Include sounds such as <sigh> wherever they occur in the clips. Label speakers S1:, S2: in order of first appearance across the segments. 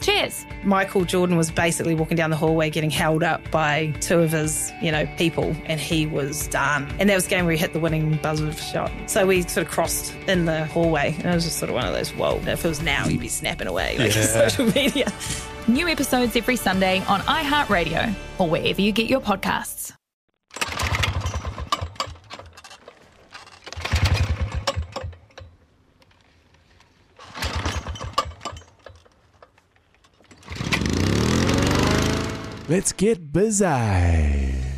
S1: Cheers.
S2: Michael Jordan was basically walking down the hallway getting held up by two of his, you know, people, and he was done. And that was the game where he hit the winning buzzer shot. So we sort of crossed in the hallway, and it was just sort of one of those, whoa, if it was now, you'd be snapping away like <laughs>
S3: Yeah.
S2: social media.
S1: New episodes every Sunday on iHeartRadio or wherever you get your podcasts.
S3: Let's get busy.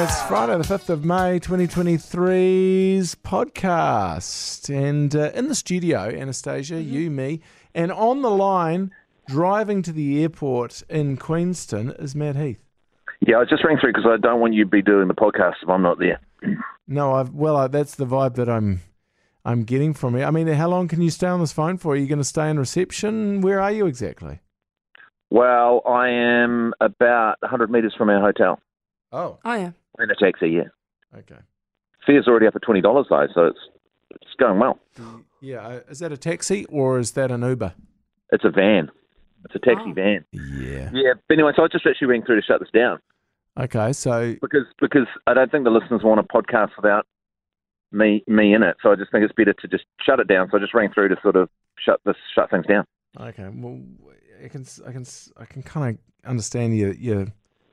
S3: It's Friday, the 5th of May 2023's podcast. And uh, in the studio, Anastasia, you, me, and on the line, driving to the airport in Queenston, is Matt Heath.
S4: Yeah, I just rang through because I don't want you to be doing the podcast if I'm not there.
S3: No, I've, well, I, that's the vibe that I'm, I'm getting from it. I mean, how long can you stay on this phone for? Are you going to stay in reception? Where are you exactly?
S4: Well, I am about 100 metres from our hotel
S3: Oh,
S5: Oh yeah.
S4: in a taxi, yeah.
S3: okay.
S4: Fare's already up at $20 though, so it's it's going well.
S3: Yeah, uh, is that a taxi or is that an Uber?
S4: It's a van. It's a taxi
S5: Oh.
S4: van.
S3: Yeah.
S4: Yeah, but anyway, so I just actually rang through to shut this down
S3: Okay, so
S4: because because I don't think the listeners want a podcast without me me in it. So I just think it's better to just shut it down. So I just rang through to sort of shut this shut things down.
S3: Okay. Well, I can s- I can s- I can kind of understand your your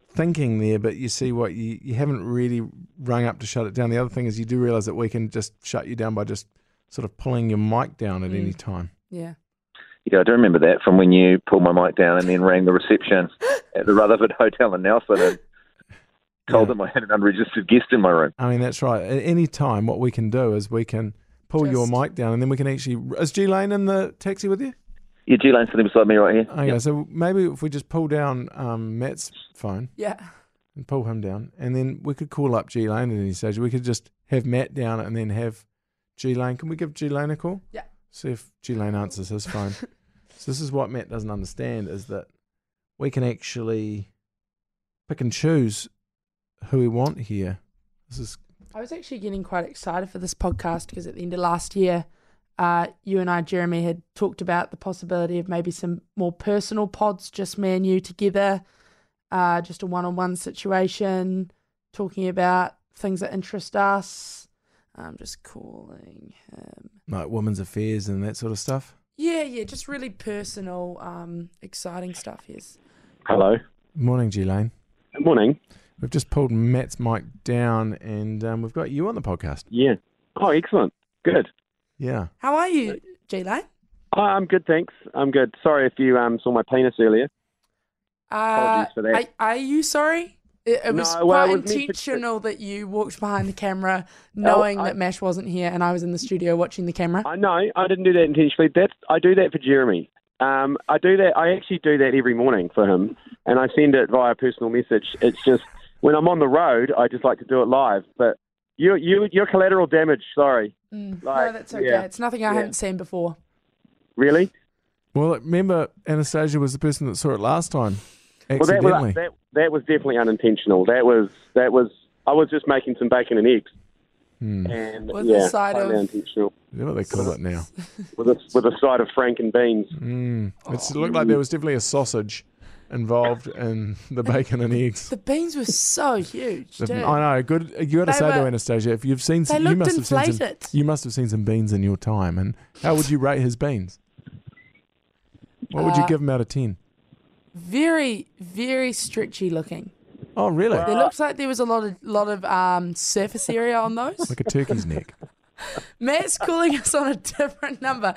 S3: thinking there, but you see what you you haven't really rung up to shut it down. The other thing is you do realize that we can just shut you down by just sort of pulling your mic down at any time.
S5: Yeah.
S4: Yeah, I do remember that from when you pulled my mic down and then rang the reception at the Rutherford Hotel in Nelson and told
S3: Yeah.
S4: them I had an unregistered guest in my room.
S3: I mean, that's right. At any time, what we can do is we can pull your
S5: Just-
S3: mic down, and then we can actually is G Lane in the taxi with you?
S4: Yeah, G Lane's sitting beside me right here.
S3: Okay. So maybe if we just pull down um, Matt's phone.
S5: Yeah.
S3: and pull him down, and then we could call up G Lane at any stage. We could just have Matt down and then have G Lane. Can we give G Lane a call?
S5: Yeah.
S3: See if G Lane answers his
S5: <laughs>
S3: phone. so this is what Matt doesn't understand is that we can actually pick and choose who we want here. This is
S5: I was actually getting quite excited for this podcast because at the end of last year, uh, you and I, Jeremy, had talked about the possibility of maybe some more personal pods, just me and you together, uh, just a one-on-one situation, talking about things that interest us. I'm just calling him.
S3: like women's affairs and that sort of stuff.
S5: Yeah, yeah, just really personal, um, exciting stuff. Yes.
S6: Hello.
S3: Morning, G Lane.
S6: Morning.
S3: We've just pulled Matt's mic down, and um, we've got you on the podcast.
S6: Yeah. Oh, excellent. Good.
S3: Yeah.
S5: How are you, G Lane?
S6: Oh, I'm good, thanks. I'm good. Sorry if you um, saw my penis earlier.
S5: Uh,
S6: Apologies for that.
S5: Are, are you sorry? It, it was
S6: No, well, I
S5: quite
S6: was meant to- Oh,
S5: intentional that you walked behind the camera knowing
S6: I-
S5: that Mash wasn't here and I was in the studio watching the camera.
S6: I know I didn't do that intentionally. That's I do that for Jeremy. Um, I do that. I actually do that every morning for him, and I send it via personal message. It's just when I'm on the road, I just like to do it live. But you, you, you're collateral damage. Sorry.
S5: Mm, no,
S6: like,
S5: that's okay.
S6: yeah,
S5: It's nothing I
S6: yeah.
S5: haven't seen before.
S6: Really?
S3: Well, remember Anastasia was the person that saw it last time.
S6: Well, that
S3: Accidentally.
S6: was that, that was definitely unintentional. That was that was I was just making some bacon and eggs,
S3: Hmm.
S6: and
S5: With a
S6: yeah,
S5: side
S6: slightly
S5: of-
S6: unintentional.
S3: You know what they call it now.
S6: with a with a side of frank and beans.
S3: Mm.
S6: Oh.
S3: It's, it looked like there was definitely a sausage involved in the bacon and
S5: <laughs>
S3: eggs.
S5: The beans were
S6: <laughs>
S5: so huge.
S3: I
S5: Dude.
S3: know. Good. You got to
S5: They
S3: say to
S5: were-
S3: Anastasia, if you've seen,
S5: They
S3: some, you
S5: looked
S3: must have seen some,
S5: inflated.
S3: you must have seen some beans in your time. And how would you rate his beans? What would you
S5: Uh,
S3: give him out of ten?
S5: Very, very stretchy looking.
S3: Oh, really?
S6: Uh,
S5: It looks like there was a lot of lot of um, surface area
S3: <laughs>
S5: on those.
S3: Like a turkey's neck.
S5: Matt's calling us on a different number.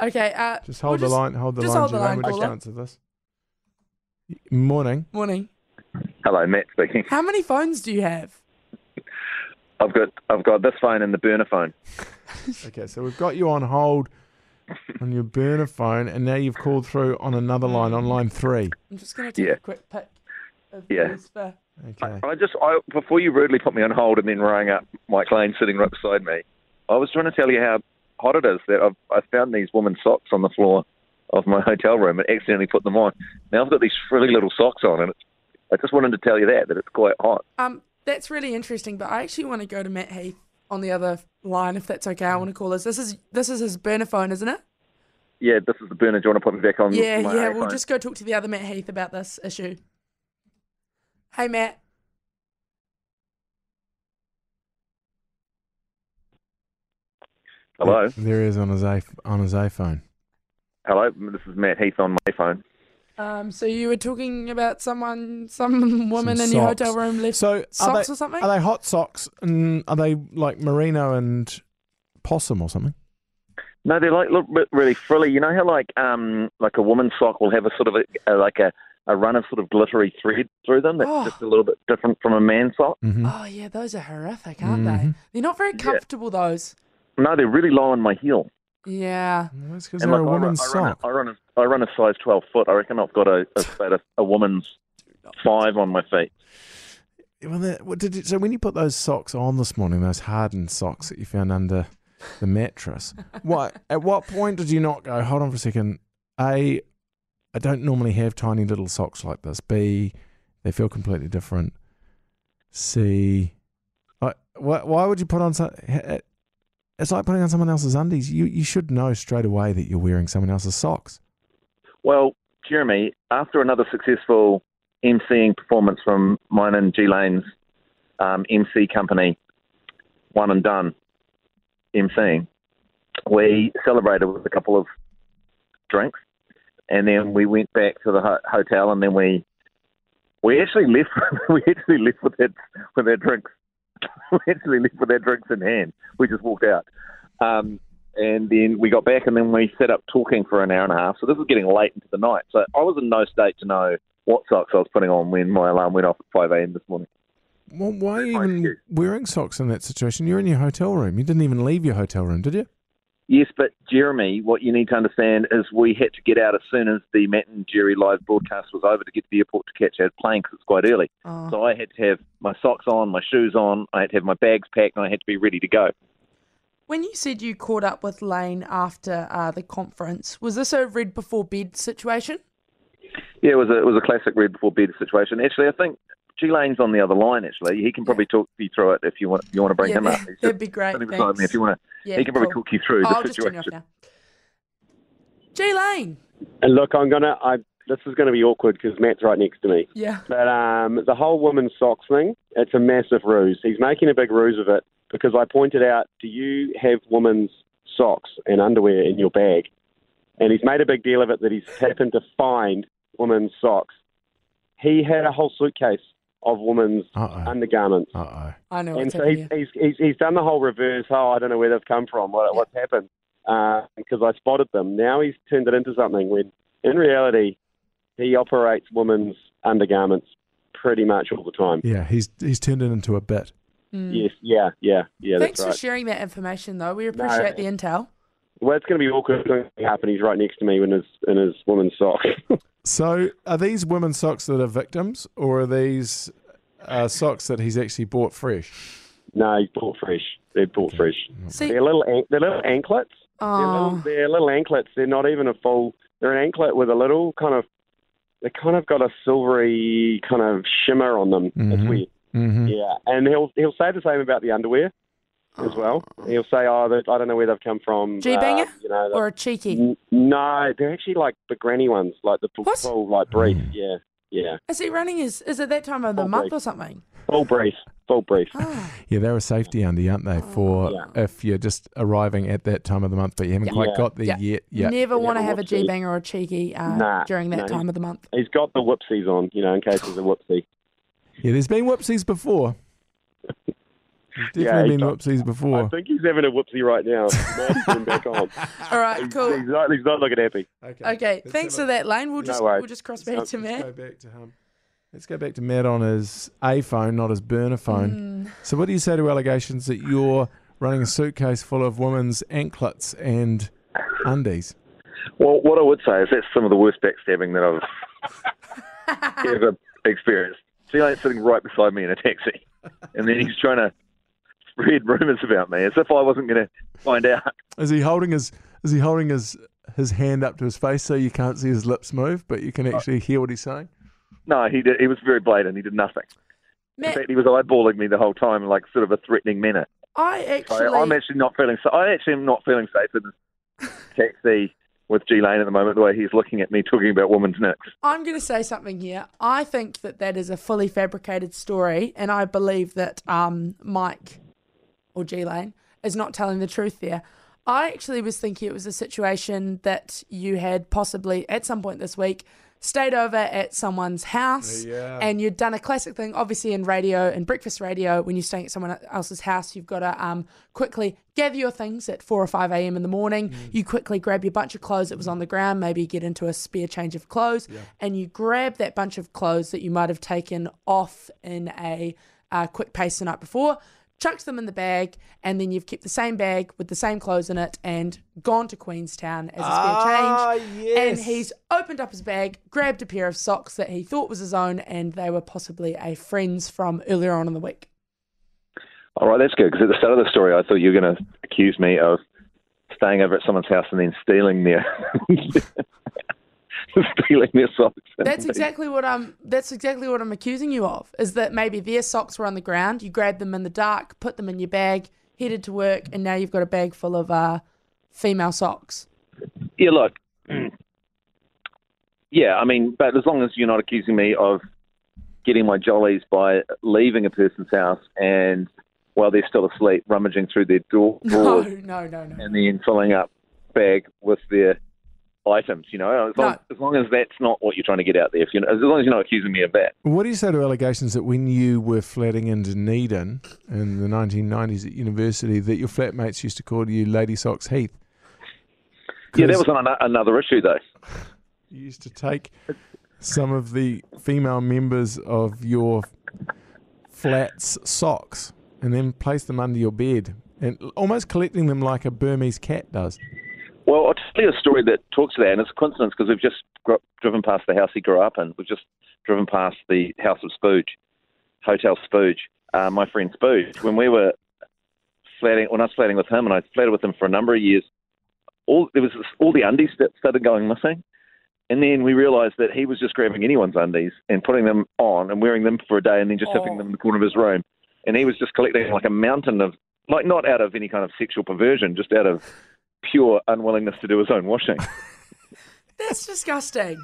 S5: Okay, uh,
S3: Just hold
S5: we'll
S3: the line. Hold the
S5: just
S3: line.
S5: hold the
S3: Gillane,
S5: line,
S3: We'll just
S5: caller.
S3: answer this.
S5: <laughs>
S3: Morning.
S5: Morning.
S4: Hello, Matt speaking.
S5: How many phones do you have?
S4: I've got I've got this phone and the burner phone.
S3: Okay, so we've got you on hold on your burner phone, and now you've called through on another line, on line three.
S5: I'm just going to take
S4: Yeah.
S5: a quick pic of
S4: Yeah.
S5: these for.
S3: Okay.
S4: I just I, before you rudely put me on hold and then rang up Mike Lane sitting right beside me. I was trying to tell you how hot it is that I've I found these women's socks on the floor of my hotel room and accidentally put them on. Now I've got these frilly little socks on, and it's, I just wanted to tell you that that it's quite hot.
S5: Um, that's really interesting, but I actually want to go to Matt Heath on the other line, if that's okay. I want to call this. This is this is his burner phone, isn't it?
S4: Yeah, this is the burner. Do you want to put me back on?
S5: Yeah,
S4: Mm, my
S5: yeah. We'll
S4: iPhone?
S5: just go talk to the other Matt Heath about this issue. Hey, Matt.
S4: hello,
S3: There he is on his iP- on his iPhone.
S4: hello. This is Matt Heath on my phone.
S5: Um, so you were talking about someone, some <laughs> woman
S3: Some
S5: in your
S3: socks.
S5: hotel room left
S3: So are
S5: socks
S3: they,
S5: or something.
S3: Are they hot socks? And are they like merino and possum or something?
S4: No, they're like look re- really frilly. You know how like um like a woman's sock will have a sort of a, a like a a run of sort of glittery thread through them that's
S5: Oh.
S4: just a little bit different from a man's sock.
S3: Mm-hmm.
S5: Oh yeah, those are horrific, aren't they?
S3: Mhm.
S5: They're not very comfortable. Those.
S4: No, they're really low on my heel.
S5: Yeah.
S3: That's because
S4: And
S3: they're a
S4: like, I run-
S3: woman's
S4: I run,
S3: sock.
S4: a- I run, a, I run a size 12 foot. I reckon I've got a, a, about a, a woman's five on my feet.
S3: Well, that- what did you, so when you put those socks on this morning, those hardened socks that you found under the mattress, what at what point did you not go? Hold on for a second. A, I don't normally have tiny little socks like this. B, they feel completely different. C, I, why, why would you put on so- h- It's like putting on someone else's undies. You you should know straight away that you're wearing someone else's socks.
S4: Well, Jeremy, after another successful MCing performance from mine and G Lane's um, MC company, One and Done MCing, we celebrated with a couple of drinks, and then we went back to the ho- hotel, and then we we actually left <laughs> we actually left with that with our drinks <laughs> we actually left with our drinks in hand. We just walked out. Um, and then we got back and then we set up talking for an hour and a half. So this was getting late into the night. So I was in no state to know what socks I was putting on when my alarm went off at 5 a.m. this morning.
S3: Well, why are you
S4: Thank
S3: even
S4: you.
S3: wearing socks in that situation? You're in your hotel room. You didn't even leave your hotel room, did you?
S4: Yes, but Jeremy, what you need to understand is we had to get out as soon as the Matt and Jerry live broadcast was over to get to the airport to catch our plane because it's quite early.
S5: Oh.
S4: So I had to have my socks on, my shoes on, I had to have my bags packed, and I had to be ready to go.
S5: When you said you caught up with Lane after uh, the conference, was this a read before bed situation?
S4: Yeah, it was a it was a classic red before bed situation. Actually, I think G Lane's on the other line. Actually, he can probably talk you through it if you want. You want to bring
S5: Yeah, <laughs>
S4: him up?
S5: that-
S4: He's
S5: that'd
S4: just
S5: be great,
S4: sitting beside me
S5: thanks.
S4: if you want.
S5: Yeah,
S4: he can probably
S5: cool.
S4: talk you through
S5: Oh,
S4: the
S5: I'll just turn you
S4: situation.
S5: off now. G Lane.
S6: And look, I'm gonna. I this is gonna be awkward because Matt's right next to me.
S5: Yeah.
S6: But um, the whole woman's socks thing, it's a massive ruse. He's making a big ruse of it because I pointed out, do you have women's socks and underwear in your bag? And he's made a big deal of it that he's happened to find women's socks. He had a whole suitcase of women's
S3: Uh-oh.
S6: undergarments.
S3: Uh oh.
S5: I know
S6: And
S5: what's
S6: so he's,
S5: happening.
S6: he's, he's, he's done the whole reverse. Oh, I don't know where they've come from, what, what's happened, uh, because I spotted them. Now he's turned it into something when, in reality, he operates women's undergarments pretty much all the time.
S3: Yeah, he's he's turned it into a bit.
S6: Yes, yeah, yeah, yeah,
S5: Hmm. Thanks
S6: that's
S5: for
S6: right.
S5: sharing that information, though. We appreciate the intel.
S6: well, it's going to be awkward when it happens. He's right next to me in his, in his woman's sock. <laughs>
S3: So, are these women's socks that are victims, or are these uh, socks that he's actually bought fresh?
S6: no, he's bought fresh. They're bought fresh.
S5: See,
S6: They're little, an- they're little anklets. They're little,
S5: oh,
S6: they're little anklets. They're not even a full. They're an anklet with a little kind of. They kind of got a silvery kind of shimmer on them. It's
S3: Mhm.
S6: weird.
S3: Mm-hmm.
S6: Yeah, and he'll he'll say the same about the underwear as well. He'll say, "Oh, that- I don't know where they've come from."
S5: G banger
S6: you know. that-
S5: or a cheeky?
S6: N- no, they're actually like the granny ones, like the full,
S5: What? Mm.
S6: full like brief. Yeah, yeah,
S5: Is he running? Is is it that time of the
S6: Oh,
S5: month
S6: great.
S5: or something?
S6: full brief, full brief.
S5: Oh,
S3: Yeah, they're a safety undie, aren't they? For
S6: Yeah.
S3: if you're just arriving at that time of the month, but you haven't quite
S6: Yeah.
S3: got there
S5: Yeah.
S3: yet. Yeah.
S5: Never want to have a
S6: what's it?
S5: G banger or a cheeky uh,
S6: Nah,
S5: during that
S6: no.
S5: time of the month.
S6: He's got the whoopsies on, you know, in case there's a whoopsie.
S3: Yeah, there's been whoopsies before. There's
S6: Yeah,
S3: definitely
S6: he's
S3: been
S6: got-
S3: whoopsies
S6: I
S3: before.
S6: think he's having a whoopsie right now. Now put him back on.
S5: <laughs> All right, cool.
S6: He's not, he's not looking happy.
S5: Okay, thanks for that, Lane. We'll
S6: No
S5: just
S6: worries.
S5: we'll just cross back to
S3: Let's
S5: Matt.
S3: go back to him. Let's go back to Matt on his A phone, not his burner phone.
S5: Mm.
S3: So, what do you say to allegations that you're running a suitcase full of women's anklets and undies?
S4: Well, what I would say is that's some of the worst backstabbing that
S5: <laughs>
S4: I've ever experienced. See, like sitting right beside me in a taxi, and then he's trying to spread rumours about me as if I wasn't going to find out.
S3: Is he holding his is he holding his his hand up to his face so you can't see his lips move, but you can actually hear what he's saying?
S4: No, he did, he was very blatant. He did nothing. In
S5: Matt,
S4: fact, he was eyeballing me the whole time in like sort of a threatening manner.
S5: I
S4: So
S5: actually,
S4: I'm actually not feeling. So I actually am not feeling safe in this taxi with G Lane at the moment. The way he's looking at me talking about women's nicks.
S5: I'm going to say something here. I think that that is a fully fabricated story, and I believe that um, Mike or G Lane is not telling the truth there. I actually was thinking it was a situation that you had possibly at some point this week stayed over at someone's house
S3: Yeah.
S5: and you'd done a classic thing obviously in radio and breakfast radio when you're staying at someone else's house you've got to um, quickly gather your things at 4 or 5 a.m in the morning you quickly grab your bunch of clothes that was on the ground maybe get into a spare change of clothes and you grab that bunch of clothes that you might have taken off in a uh, quick pace the night before chucked them in the bag, and then you've kept the same bag with the same clothes in it and gone to Queenstown as a spare
S3: Ah,
S5: change.
S3: yes.
S5: And he's opened up his bag, grabbed a pair of socks that he thought was his own, and they were possibly a friend's from earlier on in the week.
S4: All right, that's good because at the start of the story, I thought you were going to accuse me of staying over at someone's house and then stealing their <laughs> stealing their socks.
S5: That's exactly what I'm. That's exactly what I'm accusing you of. Is that maybe their socks were on the ground? You grabbed them in the dark, put them in your bag, headed to work, and now you've got a bag full of uh, female socks. <laughs>
S4: Yeah, look. <clears throat> yeah, I mean, but as long as you're not accusing me of getting my jollies by leaving a person's house and while they're still asleep, rummaging through their door
S5: <laughs> No,
S4: drawers
S5: no, no, no.
S4: and then filling up bag with their items, you know, as long, as long as that's not what you're trying to get out there, if you as long as you're not accusing me of that.
S3: What do you say to allegations that when you were flatting in Dunedin in the 1990s at university, that your flatmates used to call you Lady Socks Heath?
S4: Yeah, that
S3: 'Cause
S4: was an, another issue though.
S3: You used to take some of the female members of your flat's socks and then place them under your bed and almost collecting them like a Burmese cat does.
S4: Well, I'll tell you a story that talks to that, and it's a coincidence because we've just gr- driven past the house he grew up in. We've just driven past the house of Spooge, Hotel Spooge, uh, my friend Spooge. When we were flatting, when I was flatting with him, and I flatted with him for a number of years, all there was this, all the undies that started going missing, and then we realised that he was just grabbing anyone's undies and putting them on and wearing them for a day, and then just
S5: Oh.
S4: tipping them in the corner of his room, and he was just collecting like a mountain of. Like not out of any kind of sexual perversion, just out of pure unwillingness to do his own washing.
S5: That's disgusting.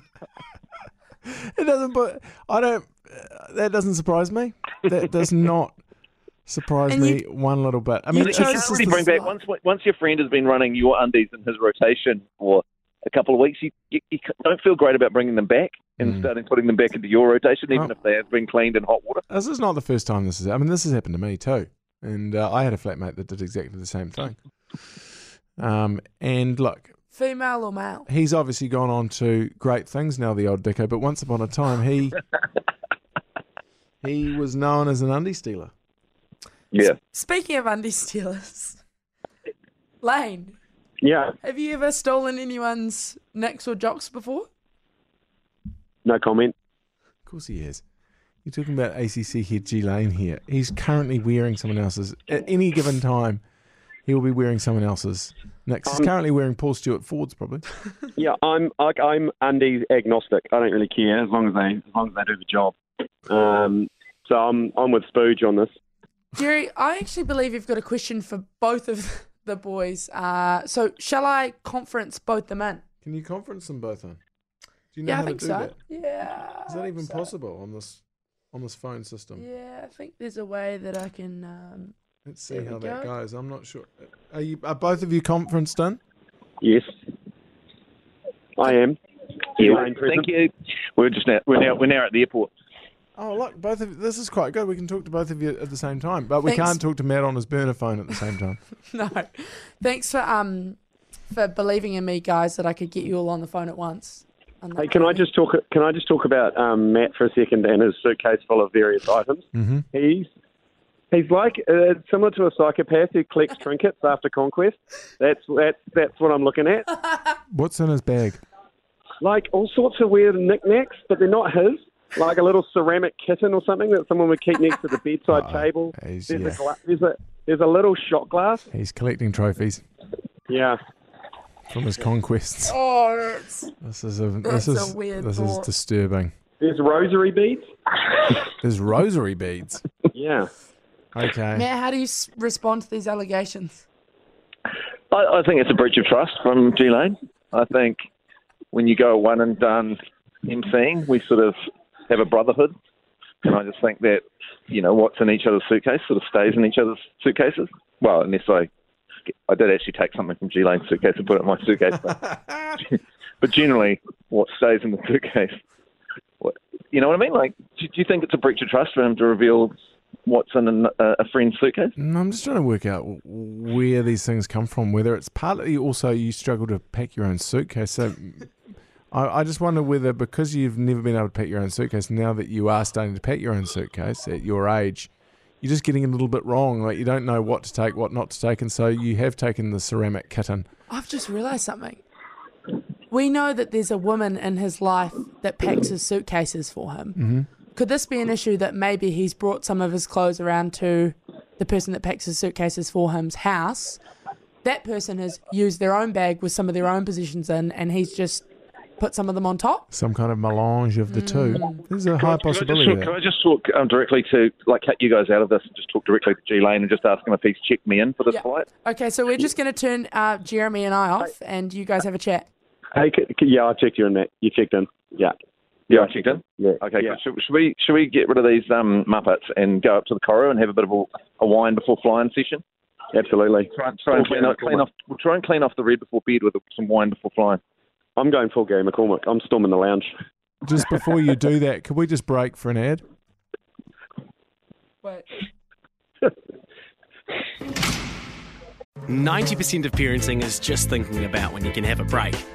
S3: It doesn't, but I don't. uh, That doesn't surprise me. That does not surprise
S5: And
S3: me
S5: you-
S3: one little bit. I
S5: you
S3: mean,
S4: you
S3: it's
S5: chose
S4: can't
S3: just-
S5: to
S4: really
S3: it's
S4: bring
S3: just-
S4: back once once your friend has been running your undies in his rotation for a couple of weeks. You, you, you don't feel great about bringing them back and starting putting them back into your rotation, even
S3: Oh.
S4: if they have been cleaned in hot water.
S3: this is not the first time this has. I mean, this has happened to me too, and uh, I had a flatmate that did exactly the same thing. Um, and look,
S5: Female or male?
S3: he's obviously gone on to great things now, the old Dicko. But once upon a time, he he was known as an undie stealer.
S4: Yeah.
S5: Speaking of undie stealers, Lane,
S6: Yeah,
S5: have you ever stolen anyone's nicks or jocks before?
S6: no comment.
S3: Of course, he is. You're talking about ACC head G Lane here. He's currently wearing someone else's. At any given time, he will be wearing someone else's. Next, he's currently wearing Paul Stewart Ford's, probably.
S6: Yeah, I'm I, I'm Andy agnostic. I don't really care as long as they as long as they do the job. Um, so I'm I'm with Spooge on this.
S5: Jerry, I actually believe you've got a question for both of the boys. Uh, so, shall I conference both them in?
S3: Can you conference them both on? Do you know
S5: Yeah,
S3: how
S5: I think
S3: to
S5: so.
S3: do that?
S5: Yeah.
S3: Is that even possible on this on this phone system?
S5: Yeah, I think there's a way that I can. Um, <laughs>
S3: Let's see
S5: There we
S3: how that
S5: go.
S3: goes. I'm not sure. Are you? Are both of you conferenced in?
S6: Yes, I am.
S4: Yeah,
S6: Elaine present.
S4: thank you. We're just now we're now we're now at the airport.
S3: Oh, look, both of this is quite good. We can talk to both of you at the same time, but we
S5: Thanks.
S3: can't talk to Matt on his burner phone at the same time.
S5: no. Thanks for um for believing in me, guys, that I could get you all on the phone at once.
S6: Hey, can I just talk? Can I just talk about um, Matt for a second and his suitcase full of various items?
S3: Mhm.
S6: He's he's like uh, similar to a psychopath who collects trinkets after conquest. That's that's that's what I'm looking at.
S3: What's in his bag?
S6: Like all sorts of weird knickknacks, but they're not his. Like a little ceramic kitten or something that someone would keep next to the bedside
S3: <laughs> Oh,
S6: table.
S3: he's-
S6: There's a
S3: yeah.
S6: gla- there's a There's a little shot glass.
S3: He's collecting trophies
S6: Yeah.
S3: from his conquests.
S5: Oh, that's,
S3: This is a this
S5: That's a
S3: is
S5: weird
S3: this is
S5: thought.
S3: disturbing.
S6: There's rosary beads.
S3: There's rosary beads.
S6: Yeah.
S3: Okay.
S5: Matt, how do you s- respond to these allegations?
S4: I, I think it's a breach of trust from G Lane. I think when you go one and done emceeing, we sort of have a brotherhood. And I just think that, you know, what's in each other's suitcase sort of stays in each other's suitcases. Well, unless I, I did actually take something from G Lane's suitcase and put it in my suitcase. But, but <laughs> generally, what stays in the suitcase, what, you know what I mean? Like, do, do you think it's a breach of trust for him to reveal what's in an, a, a friend's suitcase?
S3: No, I'm just trying to work out w- where these things come from. Whether it's partly also you struggle to pack your own suitcase. So I, I just wonder whether because you've never been able to pack your own suitcase, now that you are starting to pack your own suitcase at your age, you're just getting a little bit wrong. Like you don't know what to take, what not to take, and so you have taken the ceramic kitten.
S5: I've just realised something. We know that there's a woman in his life that packs his suitcases for him. Could this be an issue that maybe he's brought some of his clothes around to the person that packs his suitcases for him's house? That person has used their own bag with some of their own possessions in, and he's just put some of them on top.
S3: Some kind of melange of the two. There's a high
S4: Can I just
S3: possibility.
S4: talk- Can
S3: there.
S4: I just talk um, directly to, like, cut you guys out of this and just talk directly to G Lane and just ask him if he's checked me in for this
S5: Yeah.
S4: flight?
S5: Okay, so we're just going to turn uh, Jeremy and I off, and you guys have a chat.
S6: Hey, c- c- yeah, I've checked you in, Matt. You checked in. Yeah.
S4: Yeah, I checked in.
S6: Yeah.
S4: Okay,
S6: Yeah.
S4: good. Should, should we should we get rid of these um, muppets and go up to the corridor and have a bit of a, a wine before flying session?
S6: Absolutely.
S4: Try, try and
S6: Full
S4: clean,
S6: Gary
S4: up, clean
S6: McCormick.
S4: off. We'll try and clean off the red before bed with some wine before flying.
S6: I'm going full Gary McCormick. I'm storming the lounge.
S3: Just before you do that, could we just break for an ad?
S5: Wait.
S7: 90% of parenting is just thinking about when you can have a break. <sighs>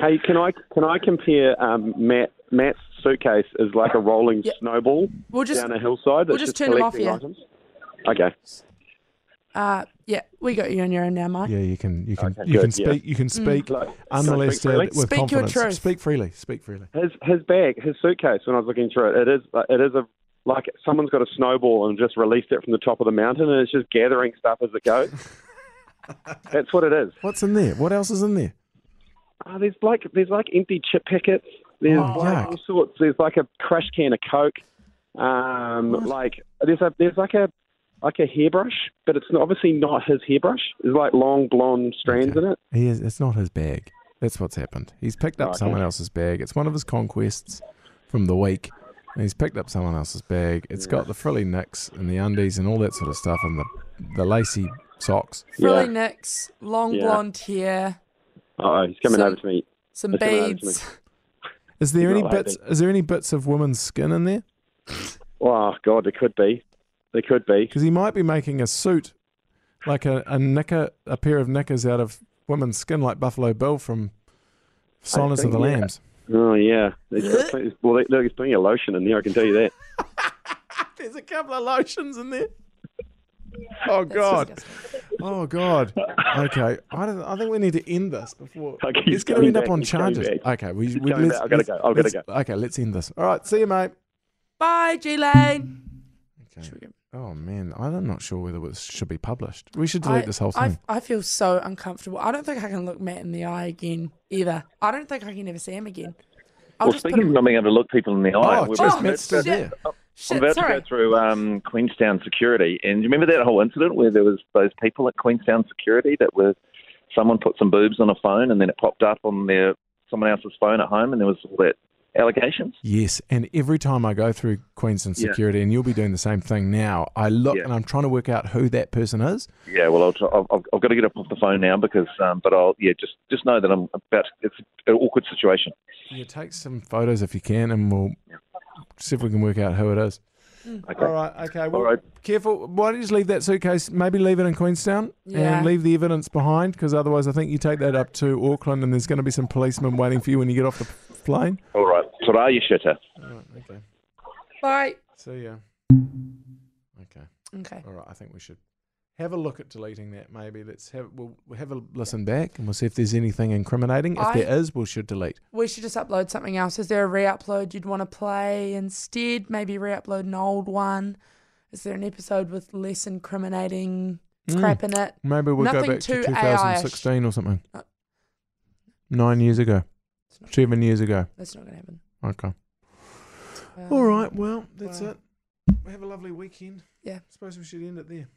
S6: Hey, can I can I compare um, Matt Matt's suitcase is like a rolling
S5: Yeah.
S6: snowball
S5: We'll just
S6: down a hillside.
S5: we'll
S6: that's
S5: just turn them off,
S6: collecting
S5: yeah.
S6: Items. Okay.
S5: Uh, yeah, we got you on your own now, Mike.
S3: Yeah, you can you can you
S6: good,
S3: can
S6: yeah.
S3: speak you can speak
S6: Like, can I speak
S3: unmolested
S6: freely?
S3: with
S5: Mm. Speak your
S3: confidence.
S5: truth.
S3: Speak freely. Speak freely.
S6: His his bag, his suitcase. When I was looking through it, it is it is a like someone's got a snowball and just released it from the top of the mountain, and it's just gathering stuff as it
S3: <laughs>
S6: goes. That's what it is.
S3: What's in there? What else is in there?
S6: Oh, there's like there's like empty chip packets. There's
S3: Oh,
S6: like
S3: yuck.
S6: all sorts. There's like a crash can of Coke. Um, like there's a there's like a like a hairbrush, but it's obviously not his hairbrush. There's like long blonde strands in it. Oh,
S3: He is, it's not his bag. That's what's happened. He's picked up
S6: Okay.
S3: someone else's bag. It's one of his conquests from the week. And he's picked up someone else's bag. It's got the frilly nicks and the undies and all that sort of stuff and the the lacy socks.
S5: Frilly
S6: Yeah.
S5: nicks, long
S6: Yeah.
S5: blonde hair,
S6: Oh, he's coming
S5: So-
S6: over to me.
S5: some
S6: That's what I was
S5: beads.
S3: Is there any
S6: not
S3: bits is there any bits of woman's skin in there?
S6: Oh God, there could be, there could be.
S3: Because he might be making a suit like a, a knicker a pair of knickers out of woman's skin like Buffalo Bill from Silence of
S6: think,
S3: the
S6: yeah.
S3: Lambs.
S6: Oh yeah, He's got- well, they- look, he's putting a lotion in there. I can tell you that.
S3: There's a couple of lotions in
S6: <laughs>
S3: there. Oh
S5: That's
S3: god.
S5: disgusting.
S3: Oh god. Okay. I don't. I think we need to end this before
S6: Okay,
S3: it's
S6: he's
S3: going to end
S6: coming
S3: up
S6: back,
S3: on
S6: he's coming
S3: charges.
S6: back.
S3: Okay. We. we
S6: coming
S3: let's,
S6: back, I've gotta
S3: let's-
S6: go, I've gotta
S3: let's- Okay. Let's end this. All right. See you, mate.
S5: Bye, G Lane.
S3: Mm, Okay. Oh man, I'm not sure whether this should be published. We should delete this whole thing.
S5: I, I feel so uncomfortable. I don't think I can look Matt in the eye again either. I don't think I can ever see him again. I'll
S4: Well,
S5: just put
S4: speaking of
S5: him-
S4: not being able to look people in the eye,
S3: oh,
S4: we're
S3: just
S5: Oh,
S4: about-
S3: Matt's still
S5: shit.
S3: there.
S4: I'm
S5: Shit,
S4: about to
S5: sorry.
S4: go through um, Queenstown security, and you remember that whole incident where there was those people at Queenstown security that were someone put some boobs on a phone, and then it popped up on their someone else's phone at home, and there was all that allegations.
S3: Yes, and every time I go through Queensland
S4: Yeah.
S3: security, and you'll be doing the same thing now. I look
S4: Yeah.
S3: and I'm trying to work out who that person is.
S4: Yeah, well, I'll try, I've, I've- I've got to get up off the phone now because, um, but I'll yeah, just just know that I'm about. It's an awkward situation.
S3: You take some photos if you can, and we'll see if we can work out who it is.
S4: Okay.
S3: All right. Okay. Well,
S4: Mm. right.
S3: careful. Why don't you just leave that suitcase? Maybe leave it in Queenstown
S5: Yeah.
S3: and leave the evidence behind, because otherwise, I think you take that up to Auckland, and there's going to be some policemen waiting for you when you get off the plane.
S4: All right. Ta-ra, you shitter.
S3: Okay.
S5: Bye.
S3: See ya. Okay.
S5: Okay.
S3: All right. I think we should have a look at deleting that. Maybe let's have we'll we'll have a listen back and we'll see if there's anything incriminating. If
S5: I-
S3: there is, we should delete.
S5: We should just upload something else. Is there a re-upload you'd want to play instead? Maybe re-upload an old one. Is there an episode with less incriminating
S3: Mm.
S5: crap in it?
S3: Hmm. Maybe we'll
S5: Nothing
S3: go back to
S5: too Uh. AI -ish.
S3: 2016 or something.
S5: No.
S3: Nine years ago,
S5: It's not-
S3: seven years ago.
S5: That's not going to happen.
S3: Okay.
S5: Um, Uh,
S3: All right. Well, that's
S5: wow.
S3: it. Have a lovely weekend.
S5: Yeah.
S3: Suppose we should end it there.